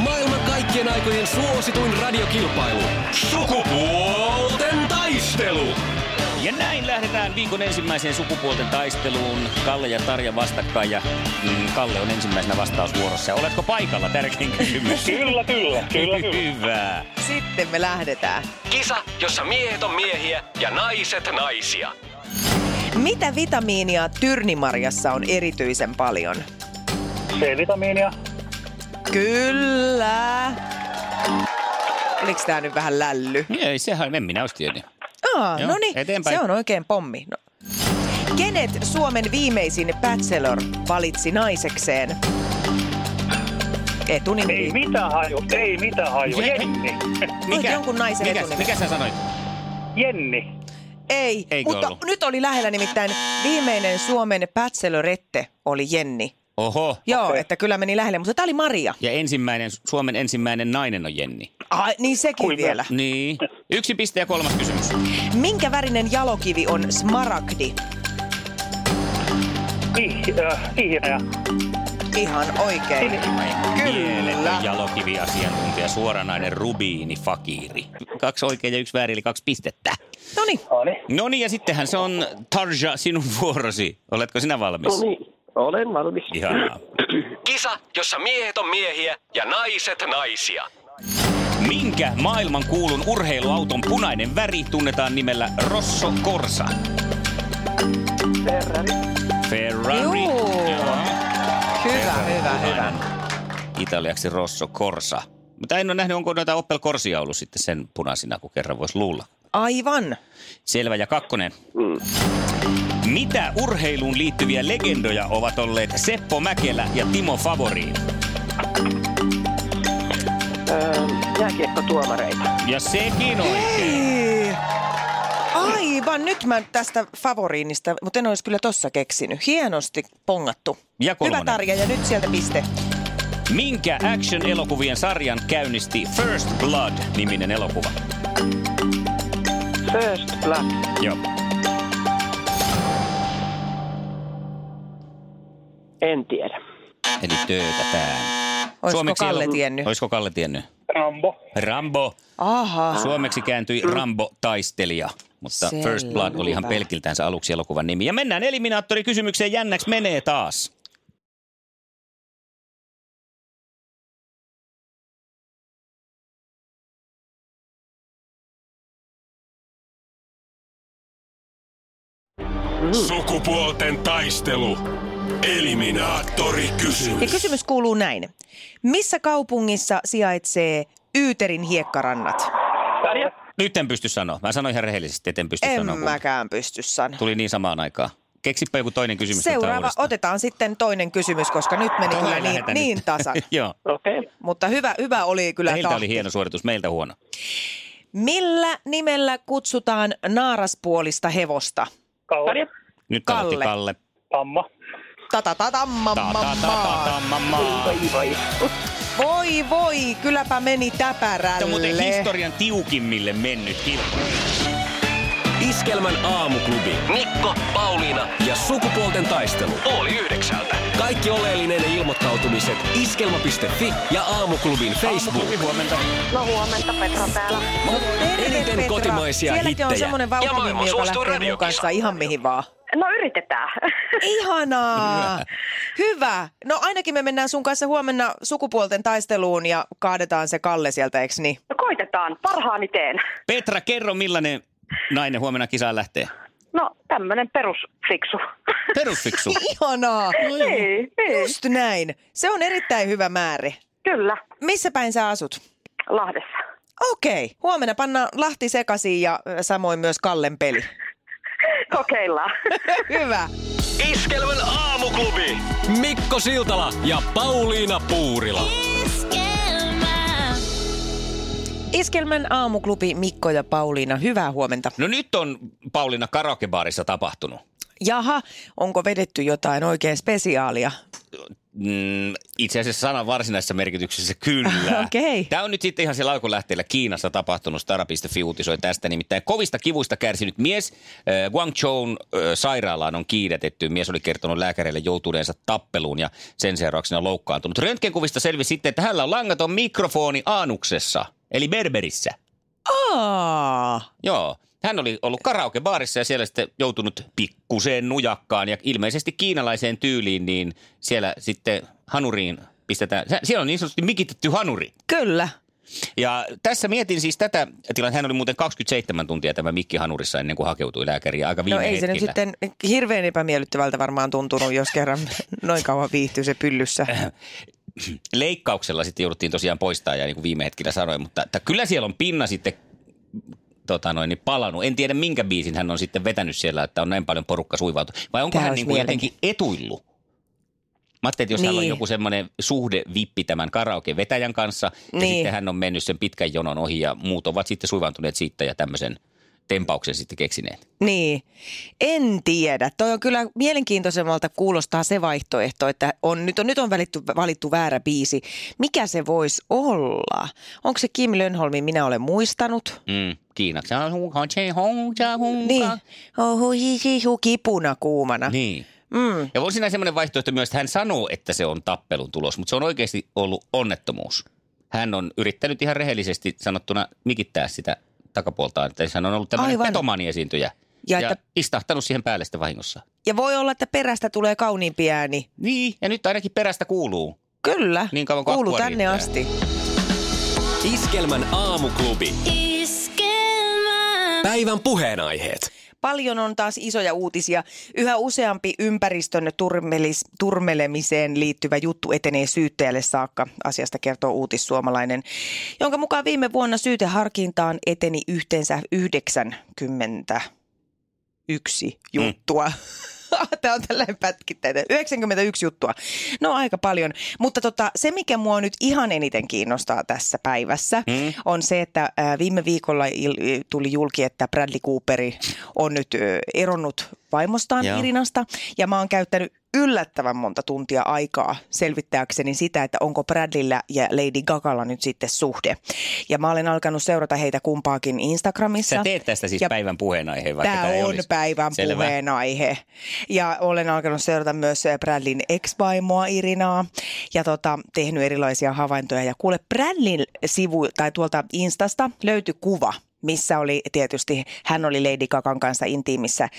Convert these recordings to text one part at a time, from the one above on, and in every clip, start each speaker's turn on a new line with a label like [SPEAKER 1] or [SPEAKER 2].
[SPEAKER 1] Maailman kaikkien aikojen suosituin radiokilpailu. Sukupuolten taistelu.
[SPEAKER 2] Ja näin lähdetään viikon ensimmäiseen sukupuolten taisteluun. Kalle ja Tarja vastakkain ja mm, Kalle on ensimmäisenä vastausvuorossa. Oletko paikalla? Tärkein kysymys.
[SPEAKER 3] Kyllä, kyllä, kyllä, kyllä.
[SPEAKER 2] Hyvä.
[SPEAKER 4] Sitten me lähdetään.
[SPEAKER 1] Kisa, jossa miehet on miehiä ja naiset naisia.
[SPEAKER 4] Mitä vitamiinia tyrnimarjassa on erityisen paljon?
[SPEAKER 3] C-vitamiinia.
[SPEAKER 4] Kyllä. Oliko tämä nyt vähän lälly?
[SPEAKER 2] Ei, sehän en minä olisi tiennyt.
[SPEAKER 4] Aa,
[SPEAKER 2] Joo,
[SPEAKER 4] no niin,
[SPEAKER 2] eteenpäin.
[SPEAKER 4] se on oikein pommi. No. Kenet Suomen viimeisin bachelor valitsi naisekseen? Etunimi.
[SPEAKER 3] Ei mitään haju, ei mitään haju.
[SPEAKER 2] Se-
[SPEAKER 3] Jenni.
[SPEAKER 4] Olet jonkun naisen
[SPEAKER 2] mikä,
[SPEAKER 4] etunimi.
[SPEAKER 2] mikä sä sanoit?
[SPEAKER 3] Jenni.
[SPEAKER 4] Ei,
[SPEAKER 2] Eikö
[SPEAKER 4] mutta
[SPEAKER 2] ollut?
[SPEAKER 4] nyt oli lähellä nimittäin viimeinen Suomen bachelorette oli Jenni.
[SPEAKER 2] Oho.
[SPEAKER 4] Joo,
[SPEAKER 3] Okei.
[SPEAKER 4] että kyllä meni lähelle, mutta tämä oli Maria.
[SPEAKER 2] Ja ensimmäinen, Suomen ensimmäinen nainen on Jenni.
[SPEAKER 4] Ai, niin sekin
[SPEAKER 3] Kuinka?
[SPEAKER 4] vielä.
[SPEAKER 2] Niin. Yksi piste ja kolmas kysymys.
[SPEAKER 4] Minkä värinen jalokivi on smaragdi?
[SPEAKER 3] Ih, äh, ihmeä.
[SPEAKER 4] Ihan oikein.
[SPEAKER 3] niin.
[SPEAKER 4] Kyllä.
[SPEAKER 2] Mieletön jalokiviasiantuntija, suoranainen rubiini fakiri. Kaksi oikein ja yksi väärin, eli kaksi pistettä.
[SPEAKER 4] No niin,
[SPEAKER 3] Noniin.
[SPEAKER 2] No niin, ja sittenhän se on Tarja sinun vuorosi. Oletko sinä valmis?
[SPEAKER 5] No niin, olen valmis.
[SPEAKER 2] Ihanaa.
[SPEAKER 1] Kisa, jossa miehet on miehiä ja naiset naisia.
[SPEAKER 2] Minkä maailman kuulun urheiluauton punainen väri tunnetaan nimellä Rosso Corsa?
[SPEAKER 3] Ferrari.
[SPEAKER 2] Ferrari.
[SPEAKER 4] Juu. hyvä, hyvä, hyvä.
[SPEAKER 2] Italiaksi Rosso Corsa. Mutta en ole nähnyt, onko noita Opel Corsia ollut sitten sen punaisina, kun kerran voisi luulla.
[SPEAKER 4] Aivan.
[SPEAKER 2] Selvä ja kakkonen.
[SPEAKER 5] Mm.
[SPEAKER 2] Mitä urheiluun liittyviä legendoja ovat olleet Seppo Mäkelä ja Timo Favoriin?
[SPEAKER 5] Öö, jääkiekkotuomareita.
[SPEAKER 2] Ja sekin oikein.
[SPEAKER 4] Ei. Aivan, nyt mä tästä favoriinista, mutta en olisi kyllä tossa keksinyt. Hienosti pongattu.
[SPEAKER 2] Ja kolmonen.
[SPEAKER 4] Hyvä Tarja, ja nyt sieltä piste.
[SPEAKER 2] Minkä action-elokuvien sarjan käynnisti First Blood-niminen elokuva?
[SPEAKER 5] First Blood.
[SPEAKER 2] Joo.
[SPEAKER 5] En tiedä.
[SPEAKER 2] Eli töötä tää.
[SPEAKER 4] Olisiko
[SPEAKER 2] Suomeksi
[SPEAKER 4] Kalle
[SPEAKER 2] elo-
[SPEAKER 4] tiennyt?
[SPEAKER 2] Olisiko Kalle tiennyt?
[SPEAKER 3] Rambo.
[SPEAKER 2] Rambo.
[SPEAKER 4] Aha.
[SPEAKER 2] Suomeksi kääntyi Rambo Taistelija. Mutta
[SPEAKER 4] Selvä.
[SPEAKER 2] First Blood oli ihan pelkiltänsä aluksi elokuvan nimi. Ja mennään eliminaattorikysymykseen. Jännäks menee taas.
[SPEAKER 6] Sukupuolten taistelu. Eliminaattori
[SPEAKER 4] Ja
[SPEAKER 6] kysymys.
[SPEAKER 4] kysymys kuuluu näin. Missä kaupungissa sijaitsee Yyterin hiekkarannat?
[SPEAKER 3] Tarja.
[SPEAKER 2] Nyt en pysty sanoa. Mä sanoin ihan rehellisesti, että en pysty
[SPEAKER 4] En
[SPEAKER 2] sanoa. kun
[SPEAKER 4] mäkään pysty sanoa.
[SPEAKER 2] Tuli niin samaan aikaan. Keksipä joku toinen kysymys. otetaan
[SPEAKER 4] Seuraava,
[SPEAKER 2] uudestaan.
[SPEAKER 4] otetaan sitten toinen kysymys, koska nyt meni
[SPEAKER 2] Tuohon
[SPEAKER 4] kyllä
[SPEAKER 2] ei
[SPEAKER 4] niin,
[SPEAKER 2] lähetä
[SPEAKER 4] niin
[SPEAKER 2] nyt.
[SPEAKER 4] tasan.
[SPEAKER 2] Joo.
[SPEAKER 5] Okei. Okay.
[SPEAKER 4] Mutta hyvä, hyvä oli kyllä
[SPEAKER 2] Heiltä
[SPEAKER 4] tahti.
[SPEAKER 2] oli hieno suoritus, meiltä huono.
[SPEAKER 4] Millä nimellä kutsutaan naaraspuolista hevosta?
[SPEAKER 3] Kalle.
[SPEAKER 5] Tarja.
[SPEAKER 2] Nyt Kalle.
[SPEAKER 4] Kalle.
[SPEAKER 2] Kalle.
[SPEAKER 3] Tamma.
[SPEAKER 2] Ta,
[SPEAKER 4] Tatatatamma.
[SPEAKER 2] ta, ta, ta, ta, ma, ma.
[SPEAKER 5] Voi voi.
[SPEAKER 4] Voi voi, kylläpä meni
[SPEAKER 2] Tämä on muuten
[SPEAKER 4] täpärälle.
[SPEAKER 2] historian tiukimmille mennyt kilpailu.
[SPEAKER 1] Iskelmän aamuklubi. Mikko, Pauliina ja sukupuolten taistelu. Oli yhdeksältä. Kaikki oleellinen ilmoittautumiset iskelma.fi ja aamuklubin Facebook.
[SPEAKER 2] Aamuklubi, huomenta.
[SPEAKER 7] No huomenta Petra täällä.
[SPEAKER 4] No, terve,
[SPEAKER 1] Eniten
[SPEAKER 4] Petra.
[SPEAKER 1] kotimaisia
[SPEAKER 4] Sielläkin on
[SPEAKER 1] hittejä.
[SPEAKER 4] semmoinen
[SPEAKER 1] Ja
[SPEAKER 4] vauhtinimi,
[SPEAKER 1] maailman
[SPEAKER 4] joka
[SPEAKER 1] suosituin
[SPEAKER 4] lähtee mun
[SPEAKER 1] radiokisa.
[SPEAKER 4] kanssa ihan mihin vaan.
[SPEAKER 7] No yritetään.
[SPEAKER 4] Ihanaa! Hyvä. No ainakin me mennään sun kanssa huomenna sukupuolten taisteluun ja kaadetaan se Kalle sieltä, eiks niin?
[SPEAKER 7] No koitetaan, parhaani teen.
[SPEAKER 2] Petra, kerro millainen nainen huomenna kisaan lähtee.
[SPEAKER 7] No tämmönen perusfiksu.
[SPEAKER 2] Perusfiksu.
[SPEAKER 4] Ihanaa!
[SPEAKER 7] Niin, niin.
[SPEAKER 4] Just näin. Se on erittäin hyvä määrä.
[SPEAKER 7] Kyllä,
[SPEAKER 4] Missä päin sä asut?
[SPEAKER 7] Lahdessa.
[SPEAKER 4] Okei, huomenna pannaan Lahti sekaisin ja ö, samoin myös Kallen peli.
[SPEAKER 7] Kokeillaan.
[SPEAKER 4] Hyvä.
[SPEAKER 1] Iskelmän aamuklubi. Mikko Siltala ja Pauliina Puurila.
[SPEAKER 8] Esquema.
[SPEAKER 4] Iskelmä Iskelmän aamuklubi Mikko ja Pauliina, hyvää huomenta.
[SPEAKER 2] No nyt on Pauliina karaokebaarissa tapahtunut.
[SPEAKER 4] Jaha, onko vedetty jotain oikein spesiaalia?
[SPEAKER 2] Mm, itse asiassa sanan varsinaisessa merkityksessä kyllä.
[SPEAKER 4] Okei.
[SPEAKER 2] Tämä on nyt sitten ihan siellä alkulähteellä Kiinassa tapahtunut. Stara.fi uutisoi tästä nimittäin. Kovista kivuista kärsinyt mies äh, Guangzhoun äh, sairaalaan on kiidätetty. Mies oli kertonut lääkäreille joutuneensa tappeluun ja sen seurauksena loukkaantunut. Röntgenkuvista selvisi sitten, että hänellä on langaton mikrofoni aanuksessa, eli berberissä.
[SPEAKER 4] Aa,
[SPEAKER 2] Joo. Hän oli ollut karaokebaarissa ja siellä sitten joutunut pikkuseen nujakkaan ja ilmeisesti kiinalaiseen tyyliin, niin siellä sitten hanuriin pistetään. Sä- Siellä on niin sanotusti mikitetty hanuri.
[SPEAKER 4] kyllä.
[SPEAKER 2] Ja tässä mietin siis tätä tilannetta. Hän oli muuten 27 tuntia tämä mikki hanurissa ennen kuin hakeutui lääkäriin ja aika viime
[SPEAKER 4] No ei se
[SPEAKER 2] hetkillä.
[SPEAKER 4] nyt sitten hirveän epämiellyttävältä varmaan tuntunut, jos kerran noin kauan viihtyy se pyllyssä.
[SPEAKER 2] Leikkauksella sitten jouduttiin tosiaan poistaa ja niin kuin viime hetkellä sanoin, mutta että kyllä siellä on pinna sitten tota noin, niin palannut. En tiedä minkä biisin hän on sitten vetänyt siellä, että on näin paljon porukka suivautu. Vai onko
[SPEAKER 4] Tää
[SPEAKER 2] hän
[SPEAKER 4] olisi
[SPEAKER 2] niin kuin jotenkin etuillut? Mä ajattelin, että jos niin. hän on
[SPEAKER 4] Niin.
[SPEAKER 2] joku semmoinen suhdevippi tämän karaoke-vetäjän kanssa, niin. ja
[SPEAKER 4] Niin.
[SPEAKER 2] sitten hän on mennyt sen pitkän jonon ohi, ja muut ovat sitten suivaantuneet siitä ja tämmöisen tempauksen sitten keksineet.
[SPEAKER 4] Niin, en tiedä. Toi on kyllä mielenkiintoisemmalta kuulostaa se vaihtoehto, että on, nyt on, nyt on valittu, valittu väärä biisi. Mikä se voisi olla? Onko se Kim Lönholmin Minä olen muistanut?
[SPEAKER 2] Mm, Kiinaksi. Niin.
[SPEAKER 4] Niin. Oho, hi, hi, hu, kipuna kuumana. Niin.
[SPEAKER 2] niin.
[SPEAKER 4] Mm.
[SPEAKER 2] Ja on siinä semmoinen vaihtoehto myös, että hän sanoo, että se on tappelun tulos, mutta se on oikeasti ollut onnettomuus. Hän on yrittänyt ihan rehellisesti sanottuna mikittää sitä takapuoltaan, että hän on ollut tämmöinen
[SPEAKER 4] Aivan.
[SPEAKER 2] petomaniesiintyjä. Ja,
[SPEAKER 4] Ja
[SPEAKER 2] ja
[SPEAKER 4] että-
[SPEAKER 2] istahtanut siihen päälle sitten vahingossa.
[SPEAKER 4] Ja voi olla, että perästä tulee kauniimpi ääni.
[SPEAKER 2] Niin, ja nyt ainakin perästä kuuluu.
[SPEAKER 4] Kyllä,
[SPEAKER 2] Niin kauan kuin
[SPEAKER 4] kuulu
[SPEAKER 2] akkua
[SPEAKER 4] tänne
[SPEAKER 2] riittää.
[SPEAKER 4] asti.
[SPEAKER 1] Iskelmän aamuklubi.
[SPEAKER 8] Iskelmä.
[SPEAKER 1] Päivän puheenaiheet.
[SPEAKER 4] Paljon on taas isoja uutisia. Yhä useampi ympäristön turmelis, turmelemiseen liittyvä juttu etenee syyttäjälle saakka. Asiasta kertoo uutissuomalainen, jonka mukaan viime vuonna syyteharkintaan eteni yhteensä 91 juttua. Tämä on tällainen pätkittäinen. 91 juttua. No aika paljon. Mutta tota, se, mikä mua nyt ihan eniten kiinnostaa tässä päivässä,
[SPEAKER 2] Mm.
[SPEAKER 4] on se, että ää, viime viikolla il- tuli julki, että Bradley Cooperi on nyt ö, eronnut vaimostaan
[SPEAKER 2] Joo.
[SPEAKER 4] Joo. Irinasta. Ja mä oon käyttänyt yllättävän monta tuntia aikaa selvittääkseni sitä, että onko Bradleyllä ja Lady Gagalla nyt sitten suhde. Ja mä olen alkanut seurata heitä kumpaakin Instagramissa.
[SPEAKER 2] Sä teet tästä siis ja
[SPEAKER 4] Ja
[SPEAKER 2] päivän puheenaiheen, vaikka
[SPEAKER 4] Tämä
[SPEAKER 2] tää ei
[SPEAKER 4] on
[SPEAKER 2] olisi.
[SPEAKER 4] päivän
[SPEAKER 2] Selvä.
[SPEAKER 4] puheenaihe. Ja olen alkanut seurata myös Bradlin ex-vaimoa Irinaa ja tota, tehnyt erilaisia havaintoja. Ja kuule, Bradlin sivu tai tuolta Instasta löytyi kuva missä oli tietysti, hän oli Lady Gagan kanssa intiimissä äh,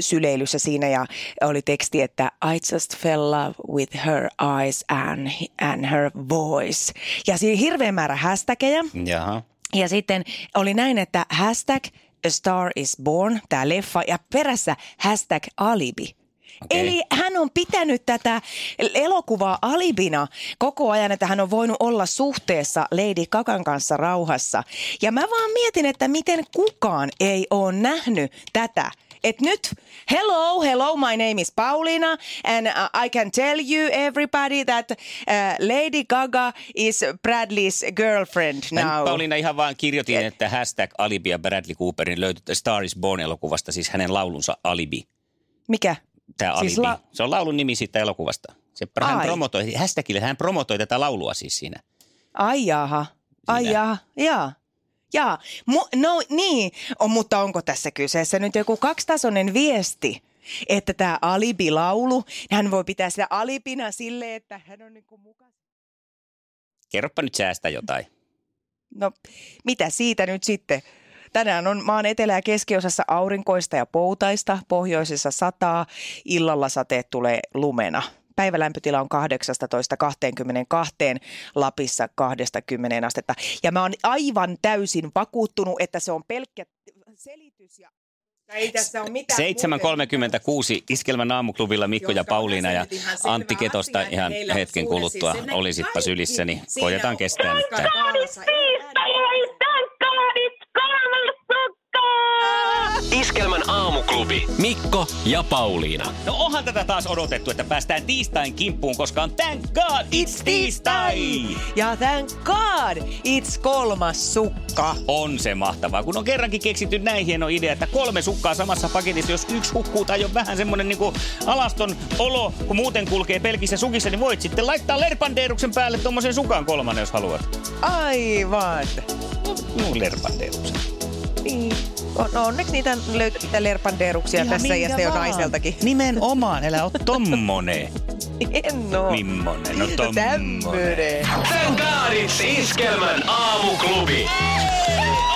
[SPEAKER 4] syleilyssä siinä ja oli teksti, että I just fell love with her eyes and, and her voice. Ja siinä hirveä määrä hashtageja.
[SPEAKER 2] Jaha.
[SPEAKER 4] Ja sitten oli näin, että hashtag A Star is Born, tämä leffa, ja perässä hashtag Alibi.
[SPEAKER 2] Okei.
[SPEAKER 4] Eli hän on pitänyt tätä elokuvaa alibina koko ajan, että hän on voinut olla suhteessa Lady Kakan kanssa rauhassa. Ja mä vaan mietin, että miten kukaan ei ole nähnyt tätä. Et nyt, hello, hello, my name is Paulina and uh, I can tell you everybody that uh, Lady Gaga is Bradley's girlfriend
[SPEAKER 2] Mä
[SPEAKER 4] now.
[SPEAKER 2] nyt, Pauliina ihan vaan kirjoitin, että hashtag Alibi ja Bradley Cooperin löytyy The Star is Born-elokuvasta, siis hänen laulunsa Alibi.
[SPEAKER 4] Mikä?
[SPEAKER 2] Tämä Alibi.
[SPEAKER 4] Siis
[SPEAKER 2] Siis la-
[SPEAKER 4] la-
[SPEAKER 2] se on laulun nimi siitä elokuvasta. Se, hän
[SPEAKER 4] Ai.
[SPEAKER 2] promotoi, hashtagillä hän promotoi tätä laulua siis siinä.
[SPEAKER 4] Ai jaha. Ai
[SPEAKER 2] Minä.
[SPEAKER 4] jaha. Jaa. Jaa. Mu- no niin, on, mutta onko tässä kyseessä nyt joku kaksitasoinen viesti? Että tämä alibilaulu, hän voi pitää sitä alipina sille, että hän on niinku mukaan.
[SPEAKER 2] Kerropa nyt säästä jotain.
[SPEAKER 4] No, mitä siitä nyt sitten? Tänään on maan etelä- ja keskiosassa aurinkoista ja poutaista, pohjoisessa sataa, illalla sateet tulee lumena. Päivälämpötila on 18-22, Lapissa 20 astetta. Ja mä oon aivan täysin vakuuttunut, että se on pelkkä selitys ja ei tässä ole mitään
[SPEAKER 2] 7.36 Iskelmän aamuklubilla Mikko ja Pauliina ja Antti Ketosta ihan hetken
[SPEAKER 4] siis
[SPEAKER 2] kuluttua olisitpa sylissä, niin koitetaan kestää nyt tämän.
[SPEAKER 1] Iskelmän aamuklubi. Mikko ja Pauliina.
[SPEAKER 2] No onhan tätä taas odotettu, että päästään tiistain kimppuun, koska on thank god it's tiistai!
[SPEAKER 4] Ja thank God god, it's kolmas sukka.
[SPEAKER 2] Ah, On se mahtavaa, kun on kerrankin keksitty näin hieno idea, että kolme sukkaa samassa paketissa, jos yksi hukkuu tai on vähän semmoinen niinku alaston olo, kun muuten kulkee pelkissä sukissa, niin voit sitten laittaa lerpandeeruksen päälle tuommoisen sukan kolmannen, jos haluat.
[SPEAKER 4] Aivan.
[SPEAKER 2] Nuun lerpandeeruksen.
[SPEAKER 4] Niin. On, onneksi niitä löytyy niitä lerpandeeruksia tässä iästä jo naiseltakin. Niin
[SPEAKER 2] Nimenomaan, älä ole tommonen.
[SPEAKER 4] En oo. Niin
[SPEAKER 2] Mimmonen, no tommonen.
[SPEAKER 4] Tämmönen.
[SPEAKER 8] Thank Iskelmän aamuklubi.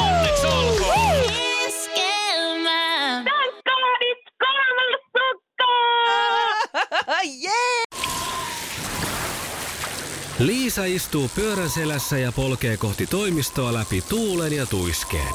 [SPEAKER 8] Onneksi olkoon.
[SPEAKER 9] Iskelmä.
[SPEAKER 7] Tankkaadit kolmas sukkaa!
[SPEAKER 4] yeah.
[SPEAKER 1] Liisa istuu pyörän selässä ja polkee kohti toimistoa läpi tuulen ja tuiskeen.